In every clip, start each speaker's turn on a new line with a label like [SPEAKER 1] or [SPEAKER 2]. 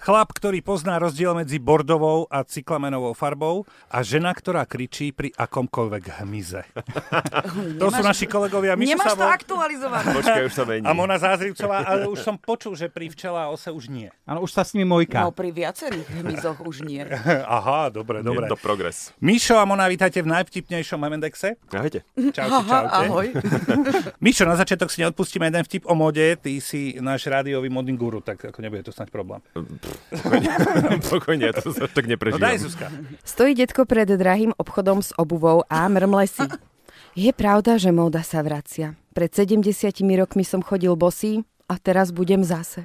[SPEAKER 1] Chlap, ktorý pozná rozdiel medzi bordovou a cyklamenovou farbou a žena, ktorá kričí pri akomkoľvek hmyze. to sú naši kolegovia Mišo
[SPEAKER 2] Nemáš to
[SPEAKER 1] Sabo
[SPEAKER 2] aktualizované.
[SPEAKER 3] Počkaj, už sa mení.
[SPEAKER 1] a Mona Zázrivcová, ale už som počul, že pri včela ose už nie.
[SPEAKER 4] Áno, už sa s nimi mojka.
[SPEAKER 2] No pri viacerých hmyzoch už nie.
[SPEAKER 1] Aha, dobre, dobre.
[SPEAKER 3] Je to progres.
[SPEAKER 1] Mišo a Mona, vítajte v najvtipnejšom Hemendexe.
[SPEAKER 3] Ahojte.
[SPEAKER 1] Čaute, čaute.
[SPEAKER 2] ahoj.
[SPEAKER 1] Mišo, na začiatok si neodpustíme jeden vtip o mode. Ty si náš rádiový modný guru, tak ako nebude to snať problém.
[SPEAKER 3] Pokojne, ja to sa tak
[SPEAKER 1] No
[SPEAKER 3] neprežívam.
[SPEAKER 1] daj, Zuzka.
[SPEAKER 5] Stojí detko pred drahým obchodom s obuvou a mrmlesí. Je pravda, že móda sa vracia. Pred 70 rokmi som chodil bosý a teraz budem zase.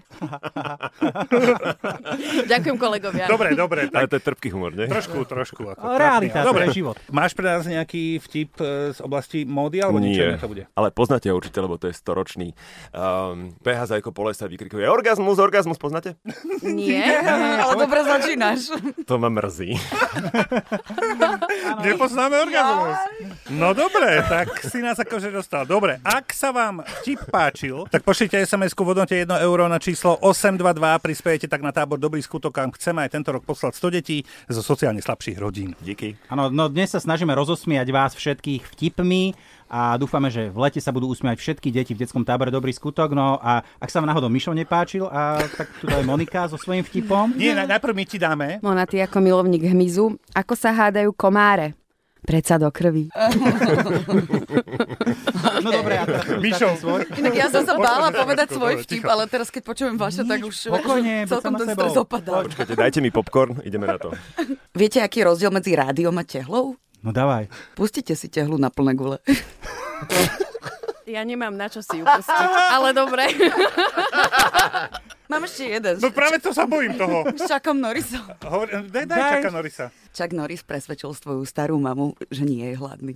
[SPEAKER 5] Ďakujem kolegovia.
[SPEAKER 1] Dobre, dobre, tak
[SPEAKER 3] Ale to je trpký humor, nie?
[SPEAKER 1] trošku, trošku. Ako
[SPEAKER 4] Ale
[SPEAKER 1] trapný,
[SPEAKER 4] realita,
[SPEAKER 1] ale
[SPEAKER 4] to
[SPEAKER 1] dobre.
[SPEAKER 4] je život.
[SPEAKER 1] Máš pre nás nejaký vtip e, z oblasti módy, alebo niečo iné to bude?
[SPEAKER 3] ale poznáte ho určite, lebo to je storočný. Um, PH Zajko Polesa vykrikuje orgazmus, orgazmus, poznáte?
[SPEAKER 5] Nie.
[SPEAKER 2] Ale dobre začínaš.
[SPEAKER 3] To ma mrzí.
[SPEAKER 1] Nepoznáme orgazmus. No dobre, tak si nás akože dostal. Dobre, ak sa vám vtip páčil, tak pošlite SMS-ku v hodnote 1 euro na číslo 822, prispiejete tak na tábor Dobrý skutok, kam chceme aj tento rok poslať 100 detí zo sociálne slabších rodín.
[SPEAKER 3] Díky.
[SPEAKER 4] Áno, no dnes sa snažíme rozosmiať vás všetkých vtipmi a dúfame, že v lete sa budú usmiať všetky deti v detskom tábore Dobrý skutok. No a ak sa vám náhodou Mišo nepáčil, a tak tu je Monika so svojím vtipom.
[SPEAKER 1] Nie, na- najprv my ti dáme.
[SPEAKER 4] No.
[SPEAKER 5] Mona, ty ako milovník hmyzu, ako sa hádajú komáre? Preca do krvi.
[SPEAKER 4] No dobre, a teraz
[SPEAKER 1] Mišo.
[SPEAKER 4] Mišo. svoj.
[SPEAKER 2] Inak ja som sa bála povedať
[SPEAKER 1] Počkaj,
[SPEAKER 2] svoj
[SPEAKER 1] ticho.
[SPEAKER 2] vtip, ale teraz keď počujem vaše, tak už
[SPEAKER 4] pokojne,
[SPEAKER 2] už
[SPEAKER 4] buď
[SPEAKER 2] celkom
[SPEAKER 4] sama
[SPEAKER 2] ten
[SPEAKER 4] sebou.
[SPEAKER 2] stres opadá.
[SPEAKER 3] Počkajte, dajte mi popcorn, ideme na to.
[SPEAKER 2] Viete, aký je rozdiel medzi rádiom a tehlou?
[SPEAKER 4] No dávaj.
[SPEAKER 2] Pustite si tehlu na plné gule.
[SPEAKER 5] Ja nemám na čo si ju pustiť, ale dobre.
[SPEAKER 2] Mám ešte jeden.
[SPEAKER 1] No práve to sa bojím toho.
[SPEAKER 2] S Chuckom Norrisom.
[SPEAKER 1] Hovor, daj, daj,
[SPEAKER 4] Daj.
[SPEAKER 1] čaká Norisa.
[SPEAKER 2] Chuck Norris presvedčil svoju starú mamu, že nie je hladný.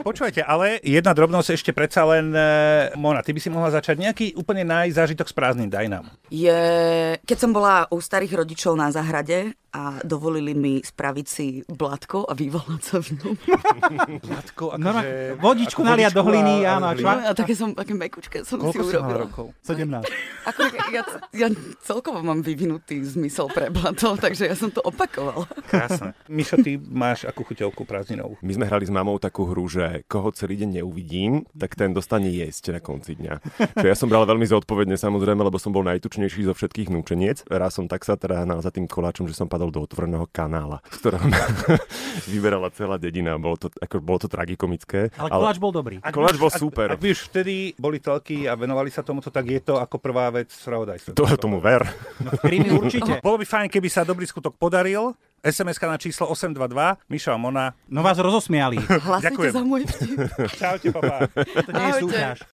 [SPEAKER 1] Počúvajte, ale jedna drobnosť ešte predsa len... e, Mona, ty by si mohla začať nejaký úplne najzážitok z prázdnin, daj nám.
[SPEAKER 2] Je... Keď som bola u starých rodičov na záhrade a dovolili mi spraviť si blatko a vyvolať sa v ňom.
[SPEAKER 1] Matko,
[SPEAKER 3] akože-
[SPEAKER 4] Normálne, No, vodičku naliať do hliny, áno, a čvak.
[SPEAKER 2] A No, také som, také mekučké som si
[SPEAKER 1] Koľko si mala
[SPEAKER 2] urobila.
[SPEAKER 1] rokov?
[SPEAKER 4] 17.
[SPEAKER 2] Ako, ja, ja celkovo mám vyvinutý zmysel pre blato, takže ja som to opakovala.
[SPEAKER 1] Krásne. Mišo, ty máš akú chuťovku prázdninovú?
[SPEAKER 3] My sme hrali s mamou takú hru, že koho celý deň neuvidím, tak ten dostane jesť na konci dňa. Čo ja som bral veľmi zodpovedne samozrejme, lebo som bol najtučnejší zo všetkých núčeniec. Raz som tak sa teda hnal za tým koláčom, že som padol do otvoreného kanála, z ktorého ma vyberala celá dedina. Bolo to, ako, bolo to tragikomické.
[SPEAKER 4] Ale koláč bol dobrý.
[SPEAKER 1] Ak by
[SPEAKER 3] Koláč
[SPEAKER 1] už-
[SPEAKER 3] bol
[SPEAKER 1] ak-
[SPEAKER 3] super.
[SPEAKER 1] Ak by už vtedy boli telky a venovali sa tomuto, tak je to ako prvá vec spravodajstva.
[SPEAKER 3] To, tomu ver.
[SPEAKER 4] Krimi určite.
[SPEAKER 1] Bolo by fajn, keby sa dobrý skutok podaril. SMS-ka na číslo 822. Mišo a Mona.
[SPEAKER 4] No vás rozosmiali.
[SPEAKER 2] Hlasujte
[SPEAKER 1] Ďakujem.
[SPEAKER 2] za môj vtip.
[SPEAKER 1] Čaute, papá.
[SPEAKER 4] To nie je súťaž.